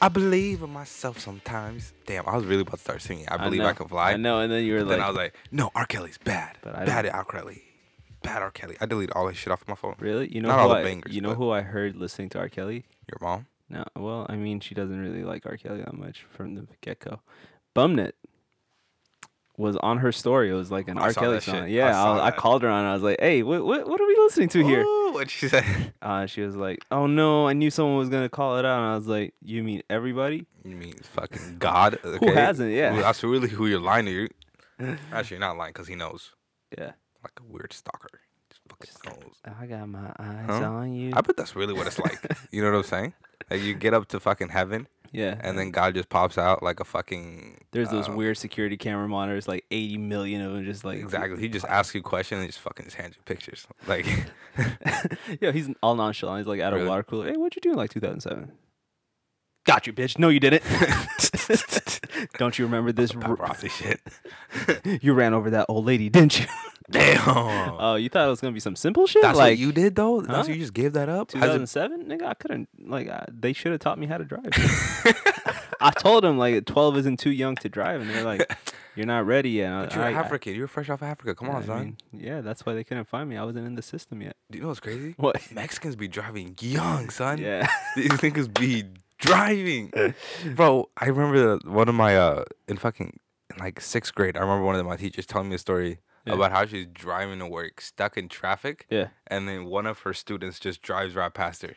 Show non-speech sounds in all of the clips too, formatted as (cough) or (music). I believe in myself sometimes. Damn, I was really about to start singing. I believe I, know, can fly. I know, and then you were Then like, I was like, no, R. Kelly's bad. But I bad don't- R. Kelly. Bad R. Kelly. I delete all his shit off my phone. really? You know not who all the I, bangers, You know but- who I heard listening to R. Kelly? Your mom? No, well, I mean, she doesn't really like R. Kelly that much from the get go. Bumnet was on her story. It was like an I R. saw Kelly that shit. song. I Yeah, saw I, I, that. called her on. it. I was like, "Hey, what what, what are we listening to here?" Ooh, what she said? (laughs) Uh, she was like, "Oh no, I knew someone was gonna call it out." And I was like, "You mean everybody?" You mean fucking God? Okay. hasn't? Yeah. Well, That's really who you're lying to. You. (laughs) Actually, you're not lying because he knows. Yeah. Like a weird stalker. Just fucking knows. I got my eyes Huh? on you. I bet that's really what it's (laughs) like. you know what I'm saying? Like you get up to fucking heaven, yeah. and then God just pops out like a fucking. There's those uh, weird security camera monitors, like 80 million of them, just like Exactly. He just asks you questions and just fucking just hands you pictures. (laughs) Like, (laughs) yeah, he's all nonchalant. He's like at a Really? water cooler. Hey, what'd you do in like 2007? Got you, bitch. No, you didn't. (laughs) Don't you remember this? r- paparazzi shit. you ran over that old lady, didn't you? (laughs) Damn. Oh, you thought it was gonna be some simple (laughs) shit? That's like what you did though. That's huh? what you just gave that up. As a, 2007, nigga. I couldn't. Like, I, they should have taught me how to drive. I told them like 12 isn't too young to drive, and (laughs) they're like, "You're not ready yet." And I- but you're I- I- African. You're fresh off Africa. Come yeah, on, I son. mean, yeah, that's why they couldn't find me. I wasn't in the system yet. (laughs) Do you know what's (laughs) crazy? What? Mexicans be driving young, son. Yeah. (laughs) These niggas be (laughs) driving. Bro, I remember the- one of my uh in fucking in like sixth grade, I remember one of my teachers telling me a story Yeah. about how she's driving to work, stuck in traffic, Yeah. and then one of her students just drives right past her.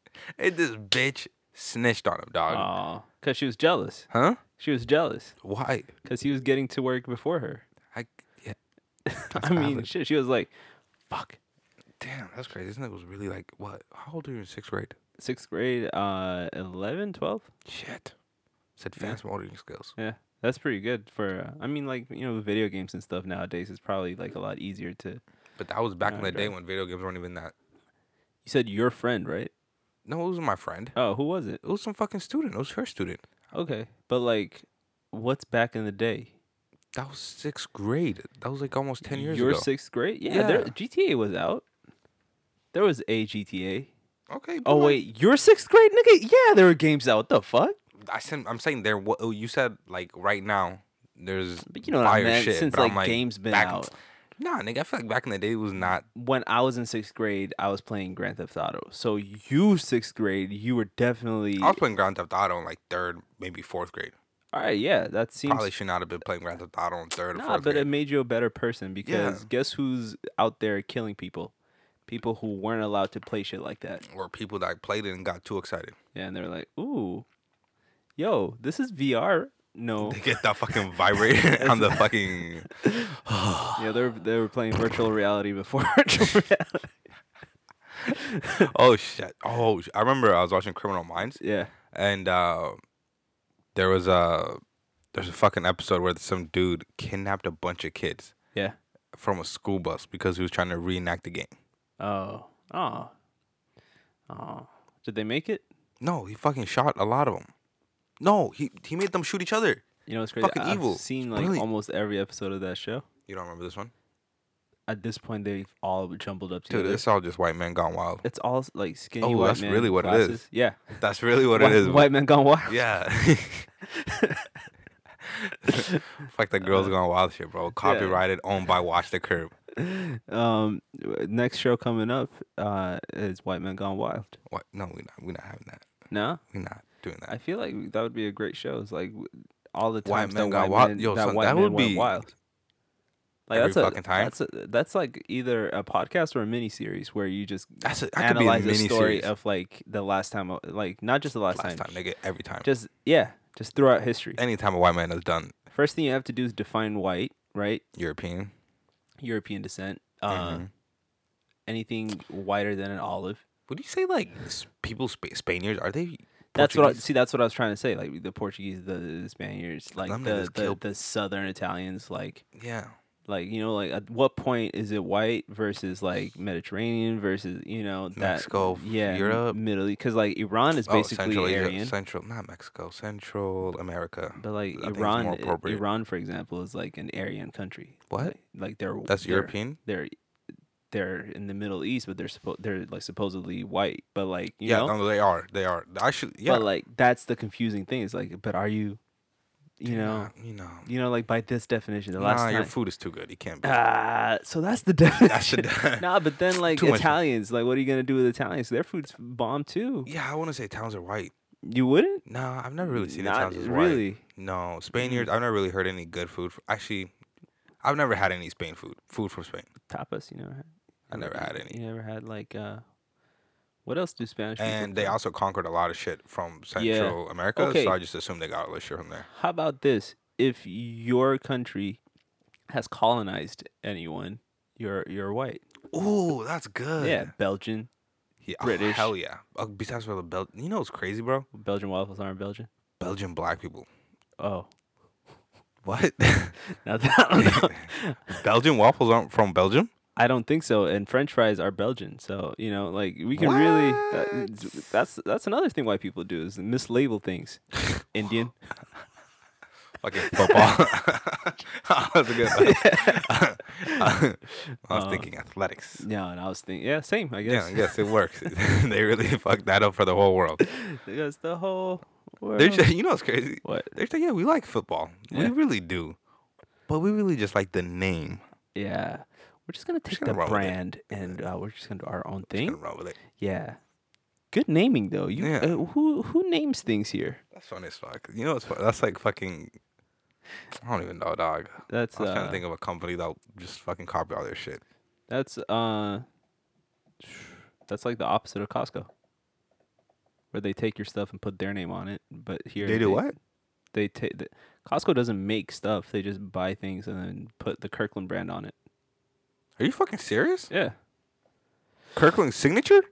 (laughs) and this bitch snitched on him, dog. Oh, because she was jealous. huh? She was jealous Why? because he was getting to work before her. (laughs) I yeah. I mean, valid. shit. She was like, "Fuck." Damn, that's crazy. This nigga was really like what? How old are you in sixth grade? Sixth grade, uh, 11, 12? Shit. It's advanced motoring skills. Yeah, that's pretty good for. Uh, I mean, like you know, video games and stuff nowadays is probably like a lot easier to. You But that was back in Nah, the day bro. when video games weren't even that. said your friend, right? No, it was my friend. Oh, who was it? It was some fucking student. It was her student. Okay, but like, what's back in the day? That was sixth grade. That was like almost ten years your ago. sixth grade? Yeah, There, Yeah. GTA was out. There was a GTA. okay. but Oh like- wait, your sixth grade, nigga. Yeah, there were games out. What the fuck? I said, I'm saying there. What oh, you said like right now. There's But you know what I fire meant. shit. Since but I'm like, games been back- out. Nah, nigga. I feel like back in the day it was not. When I was in sixth grade, I was playing Grand Theft Auto. So you sixth grade, you were definitely I was playing Grand Theft Auto in like third, maybe fourth grade. all right. Yeah, that seems Probably should not have been playing Grand Theft Auto in third or Nah, fourth but it grade. made you a better person because guess who's out there killing people? People who weren't allowed to play shit like that. or people that played it and got too excited. Yeah, and they're like, "Ooh, yo, this is VR." No, They get that (laughs) fucking vibrator (laughs) on the fucking. yeah, they were they were playing virtual reality before (laughs) virtual (laughs) reality. Oh shit! Oh, sh- I remember I was watching Criminal Minds. Yeah, and uh, there was a there's a fucking episode where some dude kidnapped a bunch of kids yeah. from a school bus because he was trying to reenact the game. Oh, oh, oh. Did they make it? No, he fucking shot a lot of them. No, he he made them shoot each other. You know, it's crazy. Fucking I've evil. seen It's like brilliant. almost every episode of that show. You don't remember this one, At this point, they've all jumbled up dude? together. It's all just white men gone wild. It's all like skinny Oh, white that's man really what it is. glasses. Yeah, That's really what white, it is. White man gone wild. (laughs) Yeah. Fuck that Uh, girls gone wild shit, bro. Copyrighted, owned by Watch the Curb. Um, w- next show coming up uh is White Men Gone Wild. What? No, we not. We not having that. No, We not doing that. I feel like that would be a great show. It's like w- all the White times Men that Gone white Wild? men, Yo, that son, white that men would went be wild. Like every that's a, fucking time. That's a, that's like either a podcast or a miniseries where you just That's a, that could be a analyze a, mini story series. of like the last time, uh, like not just the last, Last time, Eh. nigga. Every time. just yeah, just throughout history. anytime a white man has done First thing you have to do is define white, right? European, European descent. Uh, Mhm. anything whiter than an olive. would you say like s- people Spa- Spaniards are they? That's what I, Portuguese? see. That's what I was trying to say. Like the Portuguese, the, the Spaniards, like Them the, niggas the, kill the Southern Italians, like yeah. like you know, like at what point is it white versus like Mediterranean versus you know that Mexico, yeah, m- Europe. Middle because like Iran is Oh, basically Central Asia, Aryan, Central, not Mexico, Central America. but I think like it's more Iran, i- appropriate. Iran for example is like an Aryan country. What? Like, like they're That's they're- European. They're they're in the Middle East, but they're supposed they're like supposedly white, but like you yeah, know, no, they are. They are. I should. Yeah. but like that's the confusing thing. It's like, but are you, you know, Nah, you know. you know, like by this definition, the last Nah, your time. food is too good. You (laughs) can't be. Ah, so that's the (laughs) definition. the de- (laughs) nah, but then like Too much- Italians, like what are you gonna do with Italians? Their food's bomb too. yeah, I want to say towns are white. You wouldn't? Nah, I've never really seen the Not towns as white. really. No, Spaniards. I've never really heard any good food. fr- Actually, I've never had any Spain food. Food from Spain. Tapas, you never had. I never had any. You never had like uh, what else do Spanish? people And they do? also conquered a lot of shit from Yeah. Central America, Okay. so I just assumed they got all this shit from there. How about this? If your country has colonized anyone, you're you're white. Ooh, that's good. Yeah, Belgian. Yeah, oh, British. hell yeah. Oh, besides for the Bel, you know what's crazy, bro? Belgian waffles aren't Belgian. Belgian black people. (laughs) Oh, (laughs) What? now that (laughs) I don't know. Belgian waffles aren't from Belgium. I don't think so. And French fries are Belgian, so you know, like we can really. Uh, What? that's that's another thing why people do is (laughs) mislabel things. Indian. Fucking (laughs) football. (laughs) that's a good. One. (laughs) I was Uh, thinking athletics. No, and I was thinking, yeah, same. I Yeah, guess. yes, it (laughs) works. (laughs) they really fucked that up for the whole world. Because the whole world. They're just, you know what's crazy? (laughs) what? They're saying, yeah, we like football. We Uh-huh. Yeah. really do. But we really just like the name. Yeah. We're just gonna take gonna the run with it. brand and uh, we're just gonna do our own Just thing. gonna run with it. Yeah. Good naming though. You Yeah. uh, who who names things here? That's fun as fuck. You know what's fun? That's like fucking. I don't even know, dog. That's I was trying uh, to think of a company that'll just fucking copy all their shit. that's uh, (sighs) that's like the opposite of Costco, where they take your stuff and put their name on it. But here They do what? They take the, Costco doesn't make stuff. They just buy things and then put the Kirkland brand on it. Are you fucking serious? Yeah. Kirkland Signature?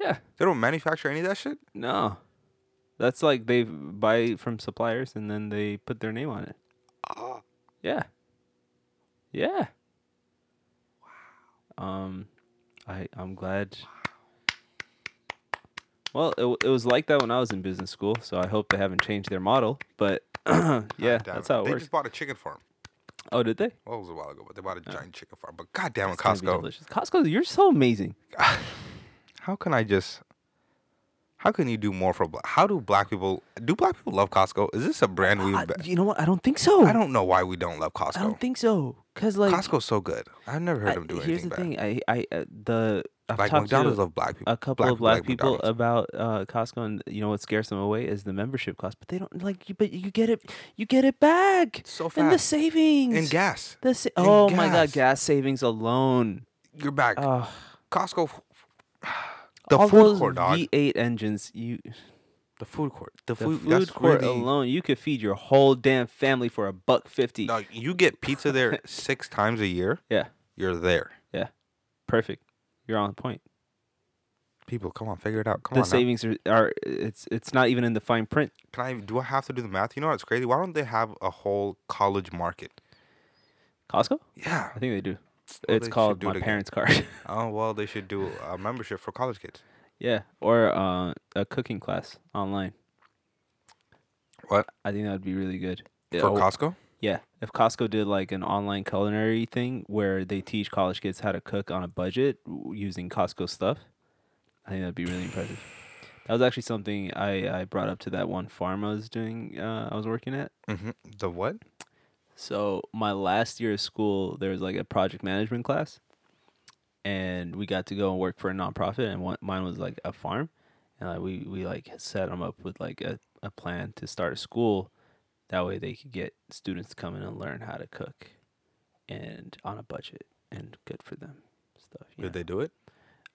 Yeah. They don't manufacture any of that shit? No. That's like they buy from suppliers and then they put their name on it. Uh, Oh, Yeah. Yeah. Wow. Um, I I'm glad. Well, it, w- it was like that when I was in business school, so I hope they haven't changed their model. But (clears throat) yeah, damn that's how it They works. just bought a chicken farm. Oh, did they? Well, it was a while ago, but they bought a giant chicken farm. But goddamn it, It's gonna be Costco. delicious. Costco, you're so amazing. How can I just. How can you do more for black? How do black people. Do black people love Costco? Is this a brand we. I- ba- you know what? I don't think so. I don't know why we don't love Costco. I don't think so. Cause like Costco's so good. I've never heard I- them do here's anything the bad. thing. I I uh, the I've Like talked to- McDonald's love black people. a couple Black- of black black people McDonald's. about uh, Costco, and you know what scares them away is the membership cost. But they don't like you. But you get it, you get it back So and the fast. savings And gas. The sa- and oh my god, gas. gas savings alone. You're back. Ugh. Costco. (sighs) The Uh, all food those court, dog. V8 engines. You the food court. The, the food, food, that's court really- alone, you could feed your whole damn family for a buck fifty. Dog, you get pizza there (laughs) six times a year. Yeah, You're there. perfect. You're on point. People, come on, figure it out. Come the on. now. savings are, are it's it's not even in the fine print. Can I? Do I have to do the math? You know what's crazy? Why don't they have a whole college market? Costco, Yeah. I think they do. Well, Oh, they it's should called do it my again. parents' card. (laughs) Oh well, they should do a membership for college kids. Yeah, or uh, a cooking class online. What I think that would be really good. Yeah, oh. for or- Costco? yeah, if Costco did like an online culinary thing where they teach college kids how to cook on a budget w- using Costco stuff, I think that'd be really impressive. That was actually something I, I brought up to that one farm I was doing. Uh, I was working at. hmm The what? So my last year of school, there was like a project management class, and we got to go and work for a nonprofit. And one, mine was like a farm, and like we we like set them up with like a, a plan to start a school. That way they could get students to come in and learn how to cook, and on a budget and good for them stuff. You Did know? they do it?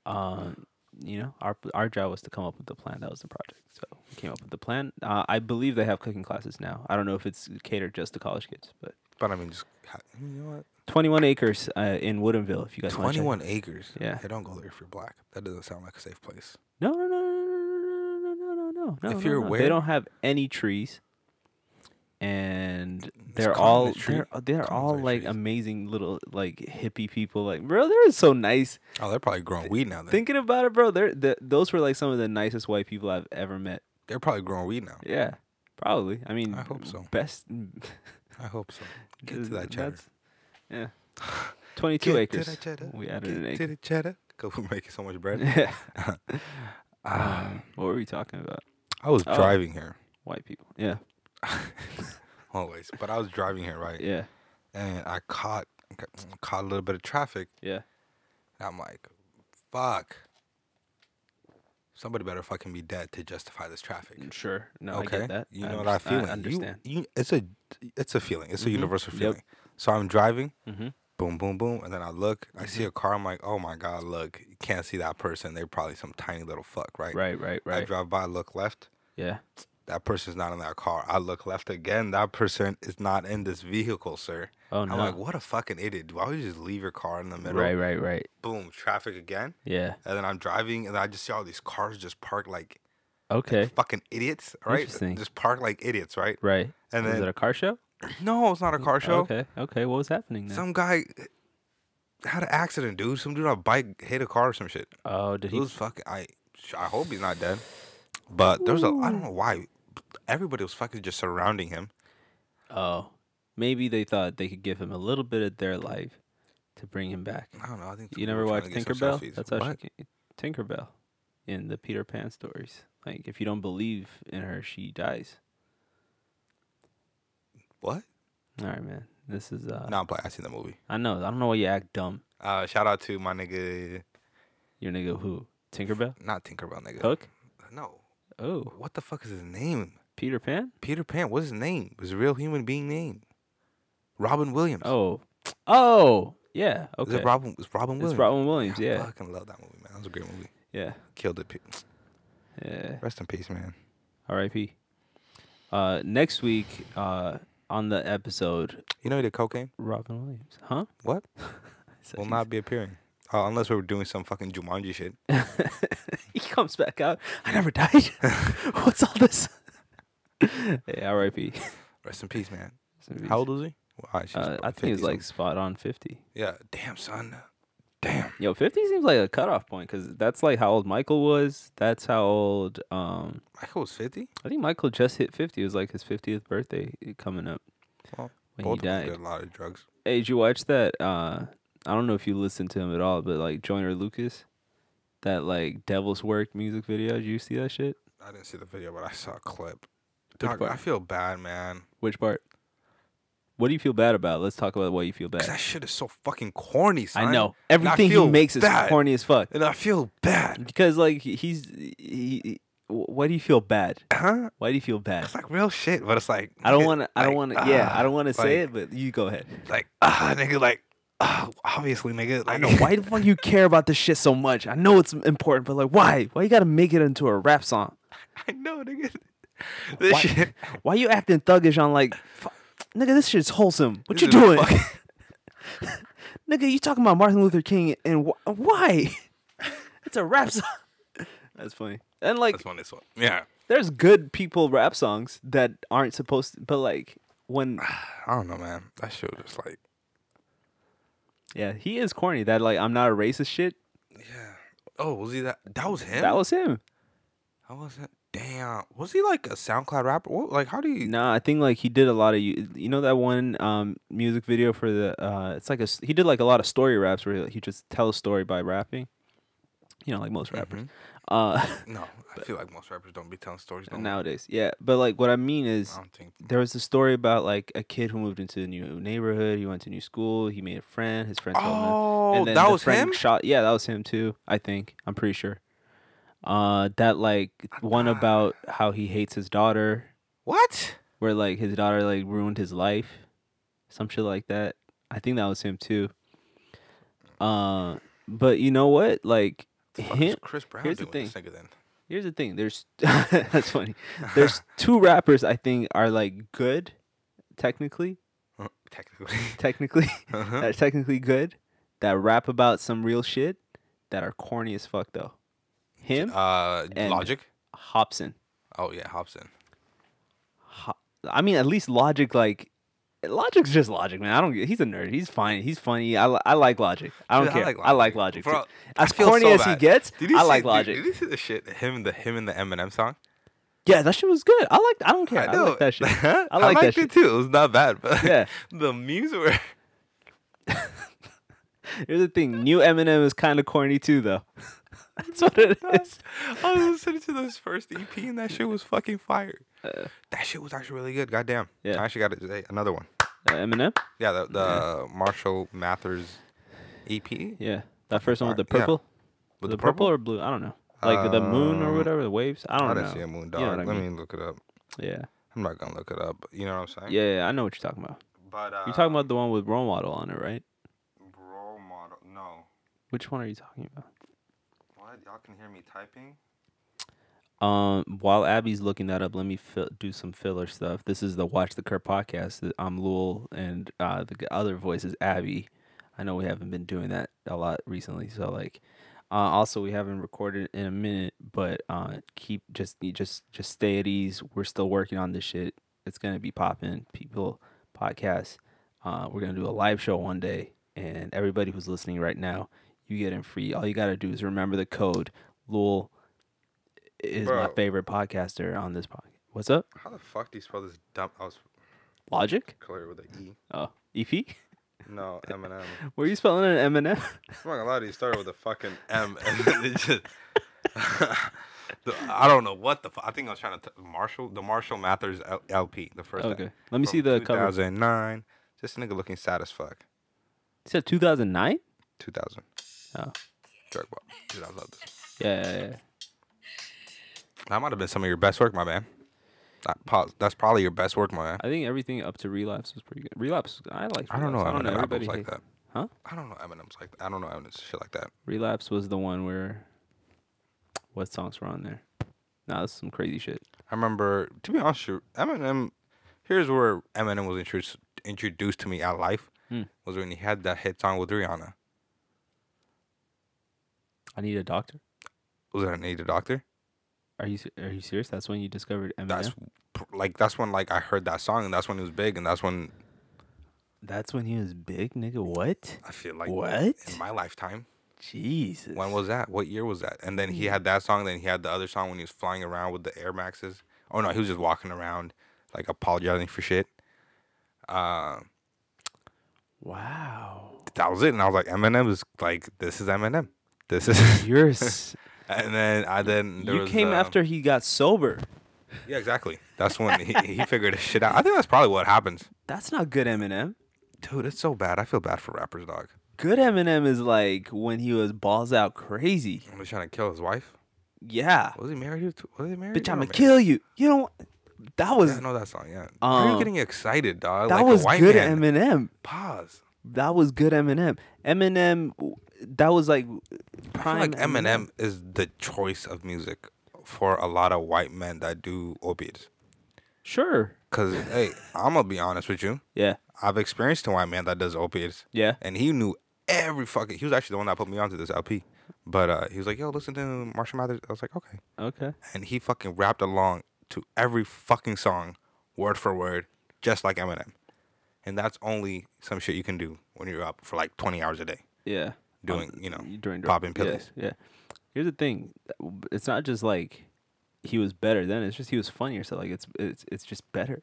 um, you know, our our job was to come up with the plan. That was the project. So we came up with the plan. Uh, I believe they have cooking classes now. I don't know if it's catered just to college kids, but. But I mean, just ha- you know what? 21 acres uh, in Woodinville. If you guys want 21 acres. Yeah. Hey, don't go there if you're black. That doesn't sound like a safe place. to. No, no, no, no, no, no, no, no, no, no. If no, you're no. aware- they don't have any trees, and It's they're common all as tree- they're, common they're as all like like trees. amazing little like hippie people. Like bro, they're so nice. Oh, they're probably growing weed now. Then. Thinking about it, bro, they're the, those were like some of the nicest white people I've ever met. they're probably growing weed now. Yeah, probably. I mean, I hope so. Best I hope so. Get to that chatter. (sighs) that's- Yeah. 22 Get to acres. the cheddar, We added get an To acre. the cheddar. Go (laughs) making so much (laughs) bread. Yeah. (laughs) Ah, Um, what were we talking about? I was oh. driving here White people. Yeah. always, but I was driving here right, Yeah. and I caught caught a little bit of traffic. Yeah. And I'm like, fuck. Somebody better fucking be dead to justify this traffic. Mm, Sure. No, okay, I get that. you I know that underst- I feeling. understand. You, you, it's a, it's a feeling. It's a Mhm. universal Yep. feeling. So I'm driving, Mhm. boom, boom, boom, and then I look, I Mm-hmm. see a car. I'm like, oh my god, look, you can't see that person. They're probably some tiny little fuck, right? Right, right, I right. drive by, look left. Yeah. That person's not in that car. I look left again. That person is not in this vehicle, sir. Oh, no. I'm like, what a fucking idiot. Why would you just leave your car in the middle? right, right, right. Boom, traffic again. Yeah. And then I'm driving, and I just see all these cars just parked like Okay. fucking idiots, right? Interesting. Just parked like idiots, right? Right. And was then it a car show? no, it's not a car show. Okay. Okay. What was happening then? Some guy had an accident, dude. Some dude on a bike hit a car or some shit. oh, did It he? was fucking. I I hope he's not dead. But there was a. I don't know why. Everybody was fucking just surrounding him. Oh, maybe they thought they could give him a little bit of their life to bring him back. I don't know. I think You people never were trying to watched get some Tinkerbell? selfies. That's how What? she ca- Tinkerbell in the Peter Pan stories. Like if you don't believe in her, she dies. What? All right, man. This is uh No, I'm playing. I seen the movie. I know. I don't know why you act dumb. Uh, shout out to my nigga, Your nigga who? Tinkerbell? not Tinkerbell, nigga. Hook? No, Oh, what the fuck is his name? Peter Pan? Peter Pan. What's his name? His real human being name? Robin Williams. Oh. Oh, yeah. Is Okay. it Robin? It's Robin Williams. It's Robin Williams, I yeah. fucking love that movie, man. That was a great movie. Yeah. Killed it. Pe- Yeah. Rest in peace, man. R.I.P. Uh next week, uh on the episode, You know he did cocaine. Robin Williams. Huh? (laughs) What? I said Will he's- not be appearing uh, unless we were doing some fucking Jumanji shit. he comes back out. I never died. (laughs) What's all this? (laughs) yeah, R.I.P. Rest in peace, man. Zombies. How old was he? Well, alright, she's Uh, I probably think he's 50 like spot on fifty. something. yeah. Damn son. Damn. Yo, fifty seems like a cutoff point because that's like how old Michael was. That's how old. Um, Michael was fifty. I think Michael just hit fifty. It was like his fiftieth birthday coming up Well, when Both he of them died. did a lot of drugs. Hey, did you watch that? Uh, I don't know if you listened to him at all, but like Joyner Lucas, that like Devil's Work music video. Did you see that shit? I didn't see the video, but I saw a clip. Which Dog, part? I feel bad, man. Which part? What do you feel bad about? Let's talk about what you feel Cause bad. that shit is so fucking corny, son. I know everything he feel makes bad. is corny as fuck. and I feel bad, Because like he's, he, he- why do you feel bad? huh? Why do you feel bad? It's like real shit, but it's like I don't nigga, want to. I don't like, want to. yeah, ah, I don't want to say like- it, but you go ahead. Like ah, nigga, like ah, obviously, nigga. Like, the fuck you care about this shit so much? I know it's important, but like, why? Why you gotta make it into a rap song? (laughs) I know, nigga. (laughs) This Why- shit. Why you acting thuggish on like, fu- nigga? This shit's wholesome. What This you is doing, fucking- (laughs) nigga? You talking about Martin Luther King and wh- why? (laughs) it's a rap song. That's funny. And like, That's one. This one. Yeah. there's good people rap songs that aren't supposed to, but like when (sighs) I don't know, man. That shit was just like. yeah he is corny that like i'm not a racist shit Yeah. Oh, was he that? That was him. that was him That was him. Damn. Was he like a SoundCloud rapper? What, like, how do you? nah i think like he did a lot of you you know that one um music video for the uh it's like a s- he did like a lot of story raps where he just tells a story by rapping you know like most Mm-hmm. rappers uh (laughs) No, I feel like most rappers don't be telling stories. Don't now, nowadays yeah but like what i mean is I don't think. there was a story about like a kid who moved into a new neighborhood. He went to a new school. He made a friend. His friend told him, Oh, and then that the was friend him? Shot. Yeah, that was him too. I think I'm pretty sure. Uh, that like one about how he hates his daughter, What? where like his daughter like ruined his life, some shit like that. I think that was him too. Uh, but you know what? Like Fuck is him, Chris Brown here's the doing with this nigga then? Here's the thing. There's (laughs) that's funny. (laughs) There's two rappers I think are like good, technically, Uh, Technically. (laughs) technically Uh-huh. that are technically good, that rap about some real shit, that are corny as fuck though. Him, Uh, and- Logic. Hobson. Oh yeah, Hobson. Ho- I mean, at least Logic like. Logic's just logic, man. I don't. get- He's a nerd. He's fine. He's funny. I, li- I like logic. I don't Dude, I care. like I like Logic. logic. Bro, too. As feel corny so as he bad. gets, Did you I see- like did- logic. Did, you see the shit? Him, the him and the Eminem song. yeah, that shit was good. I liked. I don't care. I, like (laughs) that shit. I, like that liked it (laughs) shit. (laughs) too. It was not bad, but Yeah. the memes were. Here's the thing: new Eminem is kind of corny too, though. (laughs) That's what it is. (laughs) I was listening to this first EP and that shit was fucking fire. that shit was actually really good. Goddamn. Uh. Yeah. I actually got to say another one. Uh, Eminem? Yeah, the, the Marshall Mathers EP with Yeah, that first one with the Yeah. purple. the, the purple, or blue? I don't know. Like the moon or Um, whatever, the waves. I I don't didn't know. see a moon You know dog. what I Let mean. me look it up. Yeah. I'm not gonna look it up. But you know what I'm saying? yeah, yeah, I know what you're talking about. But uh, You're talking about the one with role model on it, right? role model. No. Which one are you talking about? What? Y'all can hear me typing. Um, while Abby's looking that up, let me fill do some filler stuff. This is the Watch the Curve podcast. I'm Lul, and uh, the g- other voice is Abby. I know we haven't been doing that a lot recently, so like, uh, also we haven't recorded in a minute. But uh, keep just you just just stay at ease. We're still working on this shit. It's gonna be popping. People podcast. Uh, we're gonna do a live show one day, and everybody who's listening right now, you get in free. All you gotta do is remember the code. Lul is my Bro. favorite podcaster on this podcast. What's up? How the fuck do you spell this dump? I was Logic? clear with an E. Oh, (laughs) EP? No, Eminem. (laughs) I'm Were you spelling it Eminem? not gonna lie to you. it Started with a fucking M. And then it just, (laughs) The- I don't know what the. Fu- I think I was trying to t- Marshall the Marshall Mathers L- LP. The first. Okay. Let me see the cover. 2009. This nigga looking sad as fuck. You said 2009? 2000. Oh. Drug Ball. Dude, I love this. Yeah, yeah, yeah. That might have been some of your best work, my man. That pause. That's probably your best work, my man. I think everything up to Relapse was pretty good. Relapse, I like I don't know I don't know. Eminem albums Everybody like hates- that. Huh? I don't know Eminem's like that. I don't know Eminem's shit like that. Relapse was the one where what songs were on there? Nah, that's some crazy shit. I remember, to be honest, with you, Eminem. Here's where Eminem was introduced introduced to me at life Hmm. was when he had that hit song with Rihanna. I need a doctor. Was that Need a Doctor? Are you se- are you serious? That's when you discovered Eminem. That's That's, pr- like that's when like I heard that song and that's when it was big and that's when when he was big, nigga. What? I feel like What? in my lifetime. Jesus. When was that? What year was that? And then Hmm. he had that song. Then he had the other song when he was flying around with the Air Maxes. Oh no, he was just walking around, like apologizing for shit. Uh, (laughs) Wow. that was it. And I was like, Eminem is like, this is Eminem. This (laughs) is. (laughs) You're s- and then I then there you was, came uh, after he got sober. Yeah, exactly. That's when he, he (laughs) figured his shit out. I think that's probably what happens. That's not good Eminem. Dude, it's so bad. I feel bad for rappers, dog. Good Eminem is like when he was balls out crazy. He was trying to kill his wife. Yeah. Was he married? To, was he married? Bitch, They I'm were gonna married. kill you. You don't. That was Yeah, I know that song. Yeah. Why are you Um, getting excited, dog? that like was a white good man. Eminem. Pause. That was good Eminem. Eminem. That was like prime. I feel like Eminem is the choice of music for a lot of white men that do opiates. Sure. Cause hey, I'm gonna be honest with you. Yeah. I've experienced a white man that does opiates, Yeah. and he knew every fucking. He was actually the one that put me onto this LP. But uh, he was like, "Yo, listen to Marshall Mathers." I was like, "Okay," Okay. and he fucking rapped along to every fucking song, word for word, just like Eminem. And that's only some shit you can do when you're up for like 20 hours a day Yeah. doing, you know, You during popping yeah, pills. Yeah. Here's the thing. It's not just like he was better then. It's just he was funnier. So like it's it's it's just better.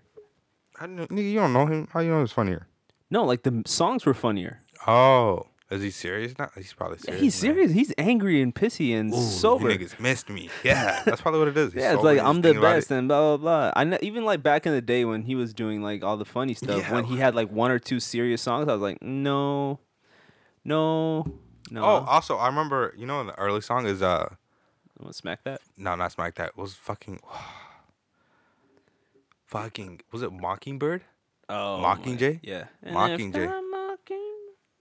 I don't know, nigga, you don't know him. How you know he's funnier? No, like the m- songs were funnier. Oh, is he serious now? He's probably serious. He's now. serious. He's angry and pissy and Ooh, you sober. niggas missed me. Yeah, that's probably what it (laughs) is. He's Yeah, it's sober, like he's I'm the thinking about it. best and blah blah blah. I know, even like back in the day when he was doing like all the funny stuff, Yeah, when he like- had like one or two serious songs, I was like, no, no, no. Oh, also, I remember, you know, in the early song is, uh, I want to smack that. no, not Smack That. It was fucking, (sighs) fucking, was it Mockingbird? Oh, Mockingjay? Yeah, Mockingjay. I'm mocking-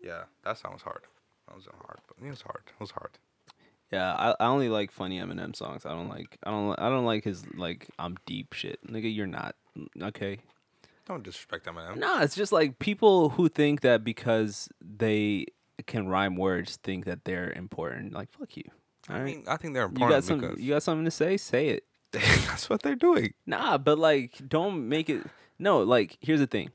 Yeah, that song was hard. That was hard. But it was hard. It was hard. Yeah, I, I only like funny Eminem songs. I don't like I don't I don't like his like I'm deep shit. Nigga, you're not okay. Don't disrespect Eminem. No, it's just like people who think that because they can rhyme words think that they're important. Like fuck you. All I right. mean, I think they're you got important some because you got something to say? Say it. (laughs) that's what they're doing. Nah, but like don't make it No, like here's the thing.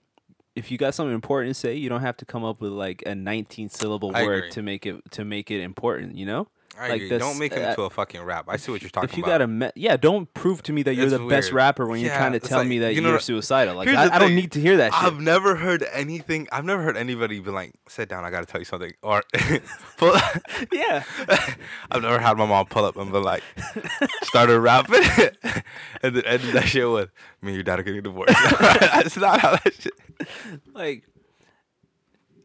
If you got something important to say, you don't have to come up with like a 19 syllable I word agree. to make it to make it important, you know? I Like agree. this- don't make him uh, into a fucking rap. I see what you're talking If you about. got a me- yeah, don't prove to me that you're It's the best weird. rapper when Yeah, you're trying to it's tell like- me that you you know are what- suicidal. Like here's I, the I don't thing. need to hear that shit. I've never heard anything. I've never heard anybody be like, "Sit down, I gotta tell you something." Or, (laughs) pull, yeah, (laughs) I've never had my mom pull up and be like, started rapping, (laughs) and then ended that shit with, "Me and your dad are getting divorced." (laughs) That's not how that shit. like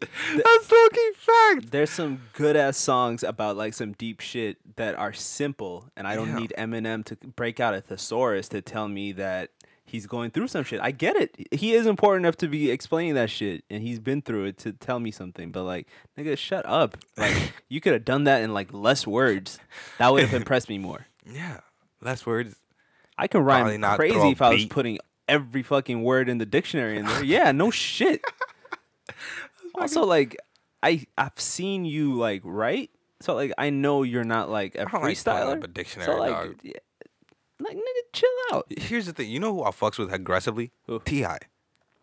That's fucking fact. there's some good ass songs about like some deep shit that are simple, and I don't Yeah. need Eminem to break out a thesaurus to tell me that he's going through some shit. I get it. He is important enough to be explaining that shit, and he's been through it to tell me something. But like, nigga, shut up. Like, you could have done that in like less words. That would have impressed me more. Yeah, last words. I can Probably rhyme not throw crazy a if I was beat. putting every fucking word in the dictionary in there. Yeah, no shit. (laughs) also, like, I I've seen you like write, so like I know you're not like a I don't like pulling freestyler. up a dictionary, so like, dog. yeah, like nigga, chill out. Here's the thing. You know who I fucks with aggressively? Who? Ti.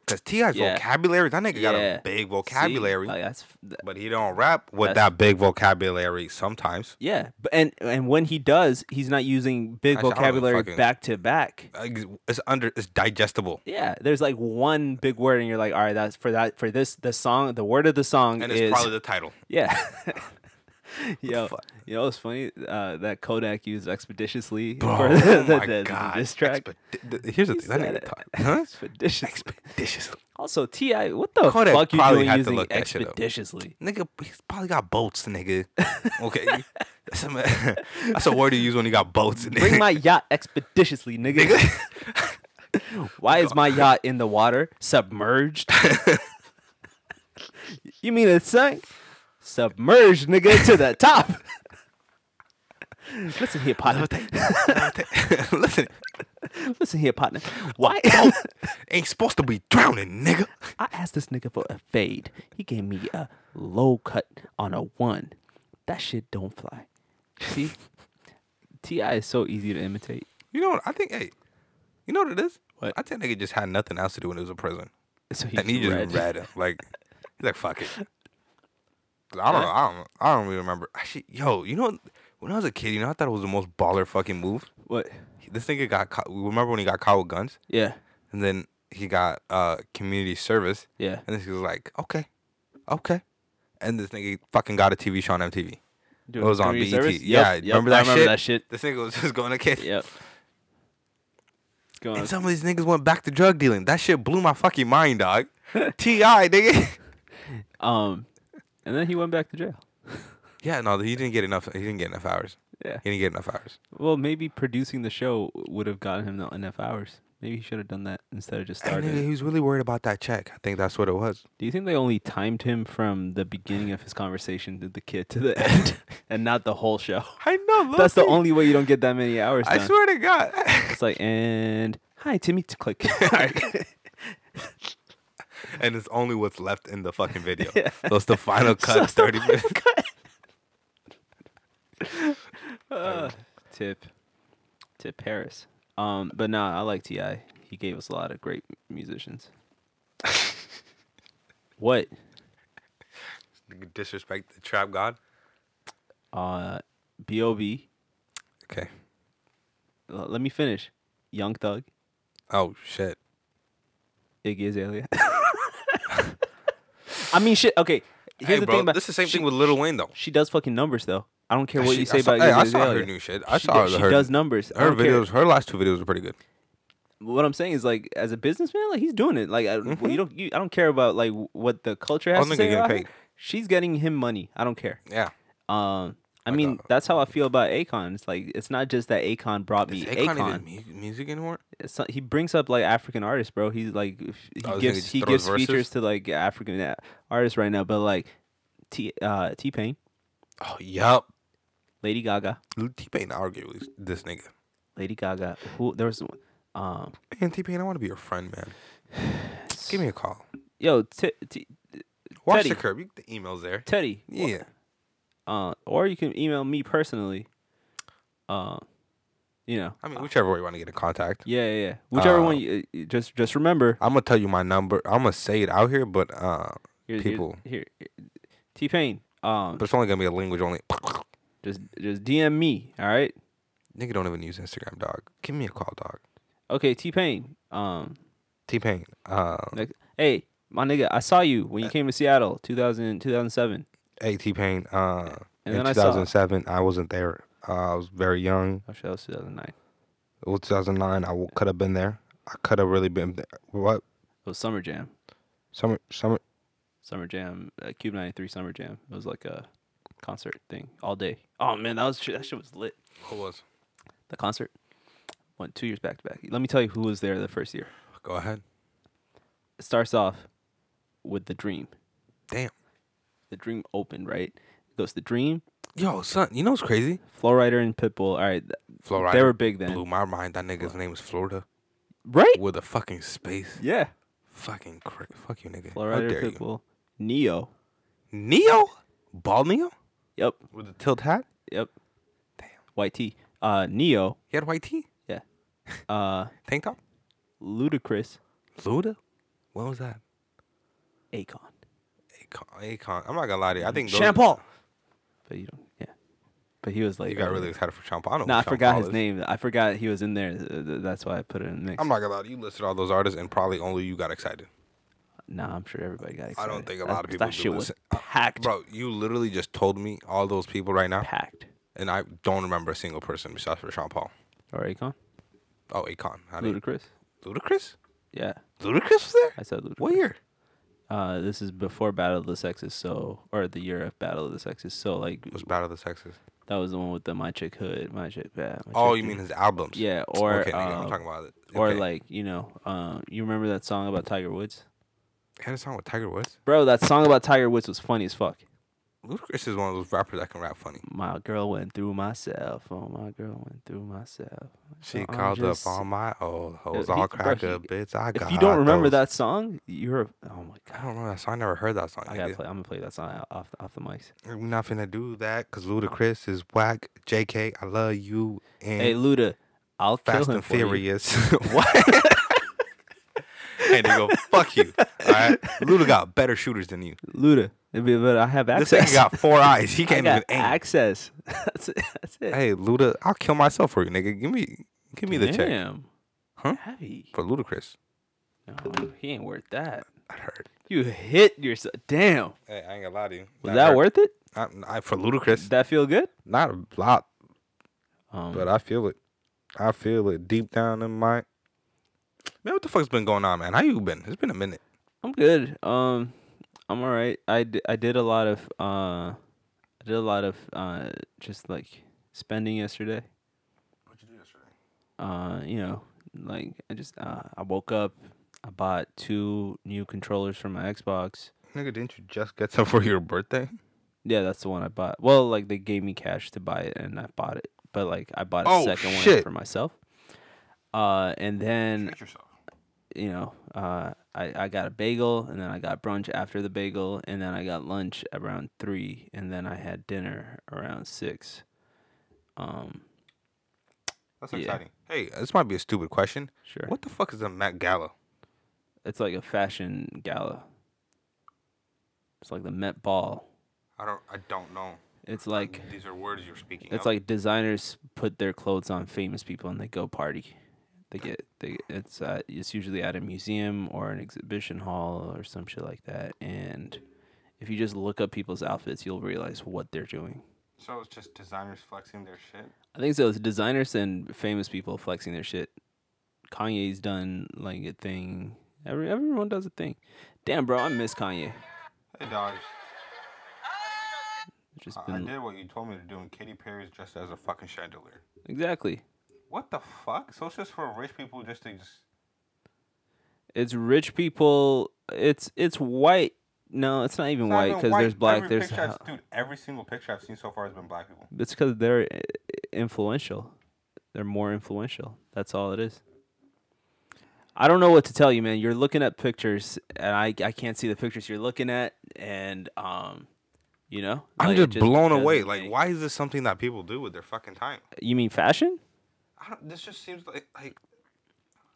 Cause Ti's Yeah. vocabulary, that nigga got Yeah. a big vocabulary, See? Like, that's f- th- but he don't rap with That's- that big vocabulary sometimes. yeah, but, and and when he does, he's not using big Actually, I don't really vocabulary fucking- back to back. Like, It's under, it's digestible, Yeah, there's like one big word, and you're like, all right, that's for that for this the song. The word of the song and it's is probably the title. (laughs) Yeah. yo, you know what's funny? Uh, that Kodak used expeditiously (laughs) (laughs) for the, oh the, my the- the God. diss track. Expedi- th- here's the He thing. That said nigga it. talk. Huh? Expeditiously. Expeditiously. also, Ti, what the Kodak fuck you probably doing had to using look that shit up. (laughs) expeditiously? Nigga, he's probably got boats, (laughs) nigga. Okay. That's a, (laughs) that's a word you use when you got boats. Nigga. (laughs) Bring my yacht expeditiously, nigga. (laughs) Why is my yacht in the water? (laughs) Submerged. you mean it sunk? Submerged, nigga, to the (laughs) top. Listen here, partner. Listen, (laughs) Listen here, partner. Why? (laughs) Oh, ain't supposed to be drowning, nigga. I asked this nigga for a fade. He gave me a low cut on a one. That shit don't fly. See, (laughs) Ti is so easy to imitate. You know what? I think, hey, you know what it is? What? I think nigga just had nothing else to do when he was in prison. So he And he just read, it. Like, he's like, fuck (laughs) it. 'Cause I don't know. I don't, I don't really remember. Actually, yo, you know, when I was a kid, you know, I thought it was the most baller fucking move. What? This nigga got caught. Remember when he got caught with guns? Yeah, And then he got uh community service. yeah. And this he was like, okay, okay. And this nigga fucking got a TV show on MTV. Doing was on community BET. service? Yeah, Yep, remember that yep, I remember shit? that shit. This nigga was (laughs) just going to kid. Yep. Go (laughs) on. And some of these niggas went back to drug dealing. That shit blew my fucking mind, (laughs) dog. T.I., nigga. (laughs) Um, and then he went back to jail. Yeah, no, he didn't get enough. He didn't get enough hours. Yeah. He didn't get enough hours. Well, maybe producing the show would have gotten him the enough hours. Maybe he should have done that instead of just And starting. nigga, he was really worried about that check. I think that's what it was. Do you think they only timed him from the beginning of his conversation to the kid to the end, (laughs) and not the whole show? I know. That's the only way you don't get that many hours. I done. swear to God. (laughs) It's like and hi Timmy to click. (laughs) Alright. and it's only what's left in the fucking video. (laughs) Yeah. So it's the final cut. (laughs) So it's the Thirty minutes. (laughs) Uh, tip, tip Paris. Um, but nah, I like Ti. He gave us a lot of great (laughs) musicians. what? Nigga Disrespect the trap god. Uh, B.O.B. Okay. L- let me finish. Young Thug, Oh shit. Iggy Azalea. (laughs) I mean, shit. Okay, here's hey, the bro, thing about this is the same she, thing with Lil Wayne though. She does fucking numbers though. I don't care what She- you say I saw, about hey, Iggy I saw Azalea. her new shit. I she saw do- her. she does numbers. I Her don't care. videos. Her last two videos were pretty good. what I'm saying is like as a businessman, like he's doing it. Like I, you don't, you, I don't care about like w- what the culture has Oh, to Mm-hmm. nigga say getting about him. paid. She's getting him money. I don't care. Yeah. Um, I mean that's how I feel about Akon. It's like it's not just that Akon brought me Is Akon. Akon, even mu- music anymore? It's not- he brings up like African artists, bro. He's like f- he I was thinking gives Oh, just he throws gives verses. features to like African uh, artists right now, but like T uh, T Pain, Oh yup. Lady Gaga, T Pain arguably is this nigga. Lady Gaga. Who there was um Man, T Pain, I want to be your friend, (sighs) man. Give me a call. yo t- t- Watch Teddy. the curb. You get the emails there. Teddy. Yeah. uh, or you can email me personally. Uh, you know, I mean, whichever way you want to get in contact. yeah, yeah, yeah. Whichever Uh, one. You, uh, just, just remember, I'm gonna tell you my number. I'm gonna say it out here, but uh, here's, people. Here, here T Pain. Um, but it's only gonna be a language only. Just just DM me, all right? Nigga don't even use Instagram, dog. Give me a call, dog. Okay, T Pain. Um, T Pain. Uh, next, hey, my nigga, I saw you when you came to Seattle, 2000, 2007. hey, T Pain. Uh, in And then I saw- 2007, I, wasn't there. Uh, I was very young. Oh shit, that was 2009. It Well, 2009, I w- could have been there. I could have really been there. What? was Summer Jam. Summer, summer. Summer Jam, uh, Cube 93 Summer Jam. It was like a concert thing all day. Oh man, that was shit- that shit was lit. Who was? The concert went two years back to back. Let me tell you who was there the first year. Go ahead. It starts off with the Dream. Damn. The Dream opened right. It goes the Dream, Yo, son, you know what's crazy? Flow Rider, and Pitbull. All right, th- Flow Rider they were big then, blew my mind. That nigga's name is Florida right? with a fucking space. Yeah, Fucking cra- fuck you, nigga. Flow How Rider, dare you. Pitbull, Neo. Neo, bald Neo Yep, with a tilt hat. yep. Damn. White T. Uh, Neo. He had white tee, Yeah. (laughs) Uh, tank top. Ludacris, Luda, when was that? Akon. Akon. Akon. I'm not gonna lie to you. I think those- Champal. But you don't. Yeah. but he was like. You got uh, really excited for Champano. No, I forgot his name. I forgot he was in there. th- th- That's why I put it in the mix. I'm not gonna lie. to You You listed all those artists, and probably only you got excited. nah, I'm sure everybody got excited. don't think a That- lot of people That do shit was listen. Uh, packed, Bro, you literally just told me all those people right now, packed. and I don't remember a single person besides for Sean Paul. Or Akon, Oh, Akon. How did Ludacris. Ludacris? Yeah, Ludacris was there? I said Ludacris. What year? Uh, this is before Battle of the Sexes, so or the year of Battle of the Sexes. So like It was Battle of the Sexes. that was the one with the my chick hood, my chick bad. My Oh, chick you do- mean his albums? Yeah, or okay, nigga, I'm um, talking about it. or Okay. like you know, um, you remember that song about Tiger Woods, He had a song with Tiger Woods. bro? That song about Tiger Woods was funny as fuck. Ludacris is one of those rappers that can rap funny. My girl went through myself. Oh, my girl went through myself. She I'm called just- up all my old hoes, he- all bro, cracker he- bits. I got If you don't remember those. that song, you're a, oh my I god. don't know that song. I never heard that song. I gotta play. I'm gonna play that song out- off the- off the mics. I'm not finna do that because Ludacris is whack. JK, I love you. And Hey Luda, I'll Fast kill him and for you. (laughs) Furious. (laughs) what? hey, nigga, fuck you. All right? Luda got better shooters than you. Luda, it'd be- but (laughs) I have This access. nigga got four eyes. He (laughs) I can't even got aim. access. (laughs) that's it. That's it. hey, Luda, I'll kill myself for you, nigga. Give me, give me the check Damn. Huh? Heavy. for Ludacris. No, he ain't worth that. I heard. You hit yourself. Damn. Hey, I ain't gonna lie to you. Was that work? worth it? I, for Ludacris, Did that feel good? not a lot, Um, but uh, I feel it. I feel it deep down in my. Man, what the fuck's been going on, man? How you been? It's been a minute. I'm good. Um, I'm all right. I, d- I did a lot of uh, I did a lot of uh, just like spending yesterday. What'd you do yesterday? Uh, you know, like I just uh, I woke up. I bought two new controllers for my Xbox. Nigga, didn't you just get some (laughs) for your birthday? Yeah, that's the one I bought. Well, like they gave me cash to buy it, and I bought it. But like I bought a Oh, second one shit. for myself. Uh, and then yourself. you know, uh, I, I got a bagel and then I got brunch after the bagel and then I got lunch around three and then I had dinner around six. Um, That's Yeah. exciting. Hey, this might be a stupid question. sure. What the fuck is a Met Gala? It's like a fashion gala. It's like the Met Ball. I don't. I don't know. It's like These are words you're speaking. it's like designers put their clothes on famous people and they go party. They get they it's at, it's usually at a museum or an exhibition hall or some shit like that. And if you just look up people's outfits, you'll realize what they're doing. so it's just designers flexing their shit. I think so. It's designers and famous people flexing their shit. Kanye's done like a thing. Every everyone does a thing. Damn, bro, I miss Kanye. Hey, dog. It's Just been what you told me to do, and Katy Perry's dressed as a fucking chandelier. exactly. What the fuck? So it's just for rich people just to just. It's rich people. It's it's white. No, it's not even white because there's black. there's ho- dude. Every single picture I've seen so far has been black people. it's because they're i- influential. They're more influential. That's all it is. I don't know what to tell you, man. You're looking at pictures, and I I can't see the pictures you're looking at, and um, you know, I'm like, it just, blown doesn't away. Like, make- why is this something that people do with their fucking time? You mean fashion? I don't, this just seems like like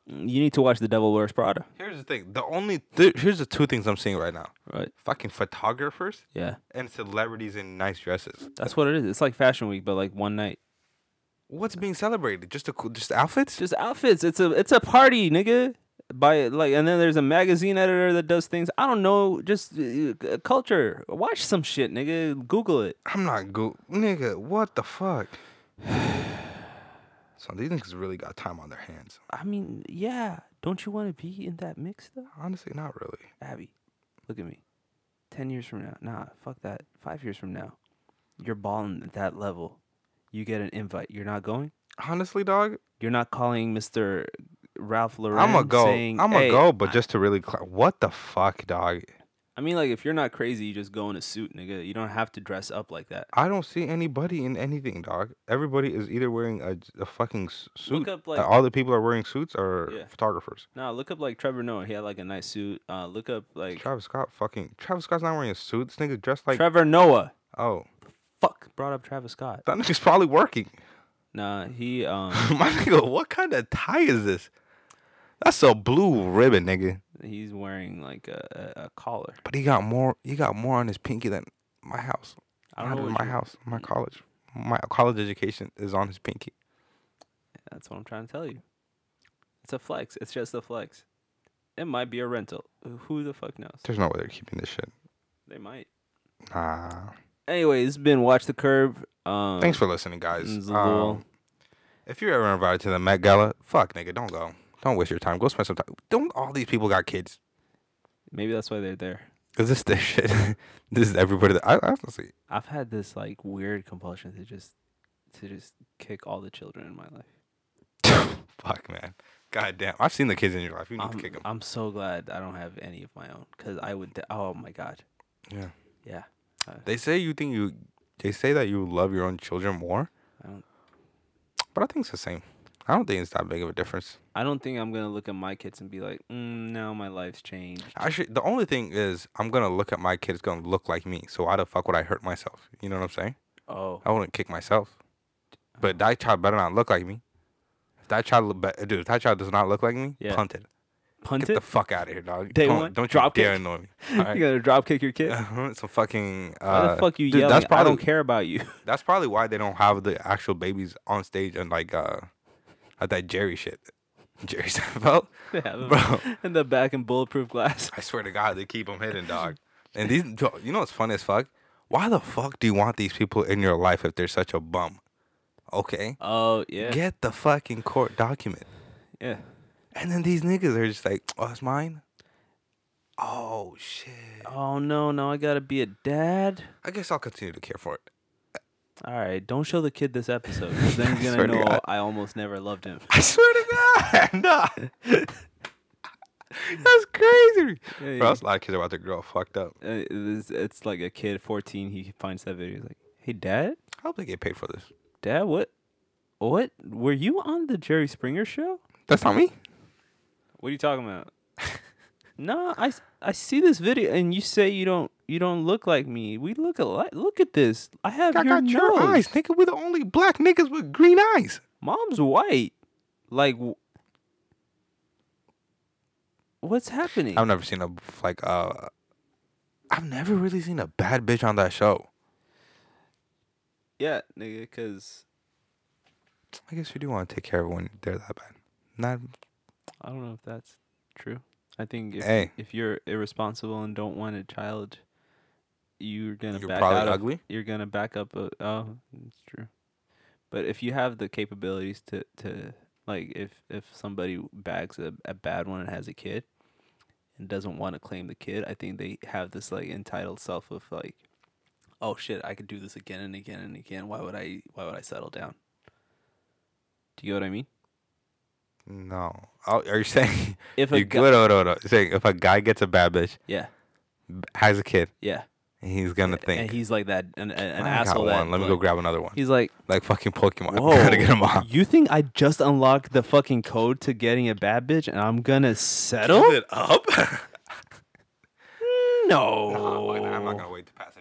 You need to watch The Devil Wears Prada, Here's the thing. The only th- here's the two things I'm seeing right now. right? Fucking photographers Yeah, and celebrities in nice dresses. that's what it is. It's like Fashion Week, but like one night. What's being celebrated? Just the cool, just the outfits? Just outfits. It's a it's a party, nigga. By like, and then there's a magazine editor that does things. I don't know. Just uh, uh, culture. Watch some shit, nigga. Google it. I'm not go nigga. What the fuck? (sighs) so these niggas really got time on their hands. I mean, yeah. Don't you want to be in that mix though, Honestly, not really. Abby? Look at me. Ten years from now, nah, fuck that. Five years from now, you're balling at that level. You get an invite. You're not going. Honestly, dog, You're not calling Mister Ralph Lauren. I'm a go. Saying, I'm a "Hey, go, but just to really, cla what the fuck, dog? I mean, like, if you're not crazy, you just go in a suit, nigga. You don't have to dress up like that. I don't see anybody in anything, dog. Everybody is either wearing a, a fucking s- suit. Look up Uh, like All the people are wearing suits or Yeah. photographers. nah, look up like Trevor Noah. He had like a nice suit. Uh, look up like Travis Scott, fucking Travis Scott's not wearing a suit. This nigga dressed like Trevor Noah. oh, Fuck, brought up Travis Scott. that nigga's probably working. (laughs) Nah, he um (laughs) My nigga, what kind of tie is this? That's a blue ribbon, nigga. he's wearing like a, a, a collar. But he got more. He got more on his pinky than my house. I don't know Not what in my you- house, my college, my college education is on his pinky. That's what I'm trying to tell you. It's a flex. It's just a flex. It might be a rental. Who the fuck knows? There's no way they're keeping this shit. They might. Nah. Anyway, it's been watch the curve. Um, Thanks for listening, guys. it's a little- Um, if you're ever invited to the Met Gala, fuck nigga, don't go. Don't waste your time. Go spend some time. Don't all these people got kids? Maybe that's why they're there. Cause this their shit. (laughs) this is everybody. That, I I honestly, I've had this like weird compulsion to just to just kick all the children in my life. fuck man. God damn. I've seen the kids in your life. You need I'm, to kick them. I'm so glad I don't have any of my own because I would. De- oh my god. Yeah. Yeah. They say you think you. They say that you love your own children more, I don't. but I think it's the same. I don't think it's that big of a difference. I don't think I'm gonna look at my kids and be like, mm, now my life's changed. Actually, the only thing is, I'm gonna look at my kids gonna look like me. So why the fuck would I hurt myself? You know what I'm saying? Oh. I wouldn't kick myself. But Uh-huh. that child better not look like me. If that child, look be- dude, if that child does not look like me, Yeah. punted. Punt Get it. the fuck out of here, dog. Day don't, one, don't you drop dare kick. annoy (laughs) me. All right. you gonna drop kick your kid? (laughs) Some fucking. Uh, Why the fuck you dude, yelling? That's I probably don't care about you. (laughs) that's probably why they don't have the actual babies on stage and like uh, at that Jerry shit. (laughs) Jerry Seinfeld. (laughs) They have them Bro. (laughs) in the back in bulletproof glass. I swear to God, they keep them hidden, dog. And these, (laughs) dog, you know what's funny as fuck? Why the fuck do you want these people in your life if they're such a bum? Okay, Oh yeah. get the fucking court document. yeah. And then these niggas are just like, "Oh, it's mine." Oh shit. Oh no, now I gotta be a dad. I guess I'll continue to care for it. All right, don't show the kid this episode. 'cause Then (laughs) he's Swear gonna to know God. I almost never loved him. (laughs) I swear to God, (laughs) nah. That's crazy. Yeah, Bro, yeah. that's a lot of kids are about to grow up fucked up. Uh, it's, it's like a kid, 14, he finds that video. He's like, hey, dad? I hope they get paid for this. Dad, what? What? Were you on the Jerry Springer show? That's not me. What are you talking (laughs) about? no, I, s- I see this video and you say you don't you don't look like me. We look alike. Look at this. I have I your got your nose. eyes, nigga. We're the only black niggas with green eyes. Mom's white. Like w- What's happening? I've never seen a like uh I've never really seen a bad bitch on that show. yeah, nigga, cuz I guess you do want to take care of when they're that bad. Not I don't know if that's true. I think if, Hey. if you're irresponsible and don't want a child, you're gonna You're back probably out of- ugly? you're gonna back up. A, oh, it's true. But if you have the capabilities to to like if if somebody bags a, a bad one and has a kid and doesn't want to claim the kid, I think they have this like entitled self of like, oh shit, I could do this again and again and again. Why would I? Why would I settle down? Do you get what I mean? no. Oh, are you saying If (laughs) a you gu- go, no, no, no. You're saying if a guy gets a bad bitch, yeah, b- has a kid, yeah. he's gonna And think he's like that, an, an, "I an got asshole. one. That, Let me like, go grab another one. He's like, Like fucking Pokemon. (laughs) whoa. gotta get him off. You think I just unlocked the fucking code to getting a bad bitch, and I'm gonna settle? it (laughs) up. No. I'm not gonna wait to pass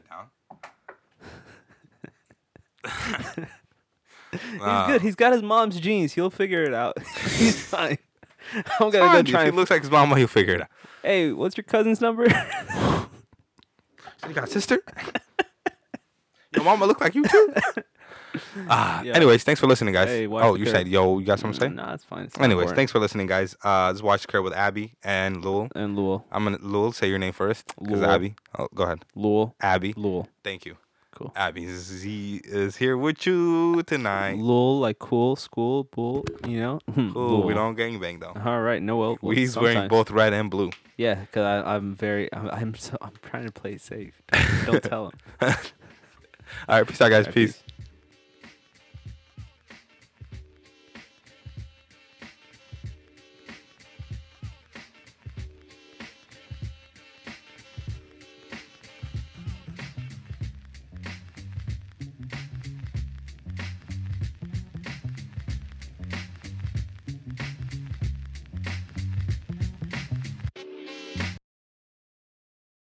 it (laughs) down. (laughs) He's good. He's got his mom's genes. He'll figure it out. He's fine. I'm gonna go Fine, try. if he And, looks like his mama, he'll figure it out. hey, what's your cousin's (laughs) number? So you got a (laughs) sister? Your mama look like you too? (laughs) Ah, Yeah. Anyways, thanks for listening, guys. Hey, watch oh, the you curve. said, yo, you got something to say? Nah, it's fine. It's not Anyways, important. thanks for listening, guys. Uh, this is Watch the Curve with Abby and Lul. And Lul, I'm gonna Lul say your name first. Because Lul. Abby. Oh, go ahead. Lul, Abby. Lul, Thank you. cool. Abby Z is here with you tonight. Lul, like cool, school, bull. You know. (laughs) Cool. We Lul. don't gangbang though. All right, no Uh, well. well, We's wearing sometimes. both red and blue. (laughs) Yeah, because I'm very. (laughs) I'm. I'm, so, I'm trying to play it safe. Don't, don't tell him. All right, peace out, guys. All right, peace.